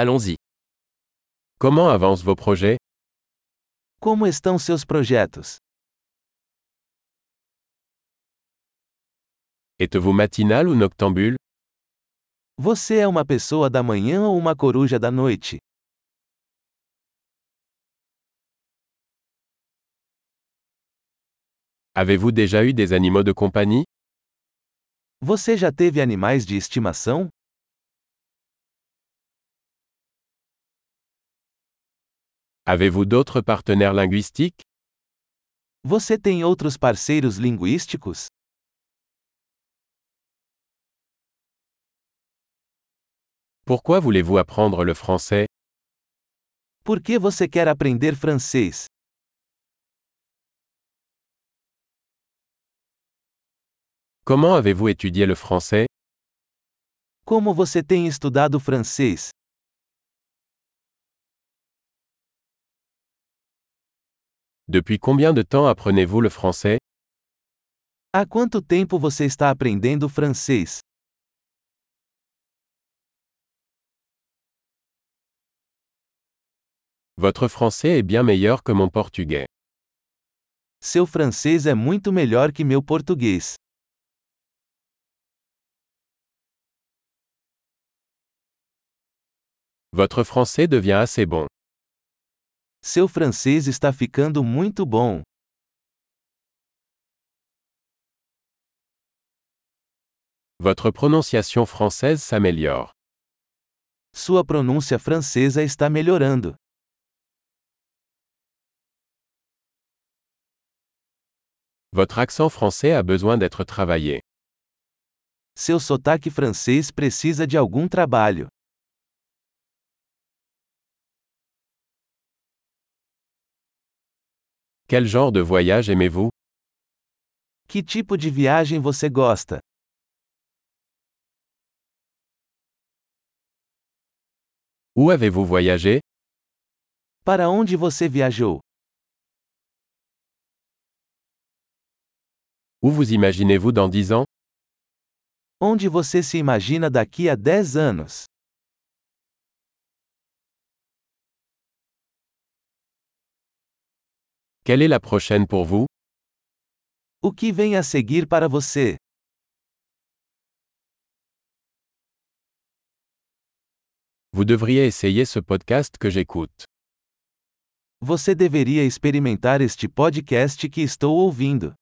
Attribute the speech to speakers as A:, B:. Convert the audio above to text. A: Allons-y. Comment avancent vos projets
B: Como estão seus projetos?
A: Êtes-vous matinal ou noctambule
B: Você é uma pessoa da manhã ou uma coruja da noite?
A: Avez-vous déjà eu des animaux de compagnie
B: Você já teve animais de estimação?
A: Avez-vous d'autres partenaires linguistiques
B: Você tem outros parceiros linguísticos?
A: Pourquoi voulez-vous apprendre le français
B: Por que você quer aprender francês?
A: Comment avez-vous étudié le français
B: Como você tem estudado francês?
A: Depuis combien de temps apprenez-vous le français
B: Há quanto tempo você está aprendendo francês?
A: Votre français est bien meilleur que mon portugais.
B: Seu francês é muito melhor que meu português.
A: Votre français devient assez bon.
B: Seu francês está ficando muito bom.
A: Votre prononciation française s'améliore.
B: Sua pronúncia francesa está melhorando.
A: Votre accent français a besoin d'être travaillé.
B: Seu sotaque francês precisa de algum trabalho.
A: Quel genre de voyage aimez-vous
B: Que tipo de viagem você gosta?
A: Où avez-vous voyagé
B: Para onde você viajou?
A: Où vous imaginez-vous dans 10 ans
B: Onde você se imagina daqui a 10 anos?
A: Quelle est la prochaine pour vous
B: O que vem a seguir para você?
A: Vous devriez essayer ce podcast que j'écoute.
B: Você deveria experimentar este podcast que estou ouvindo.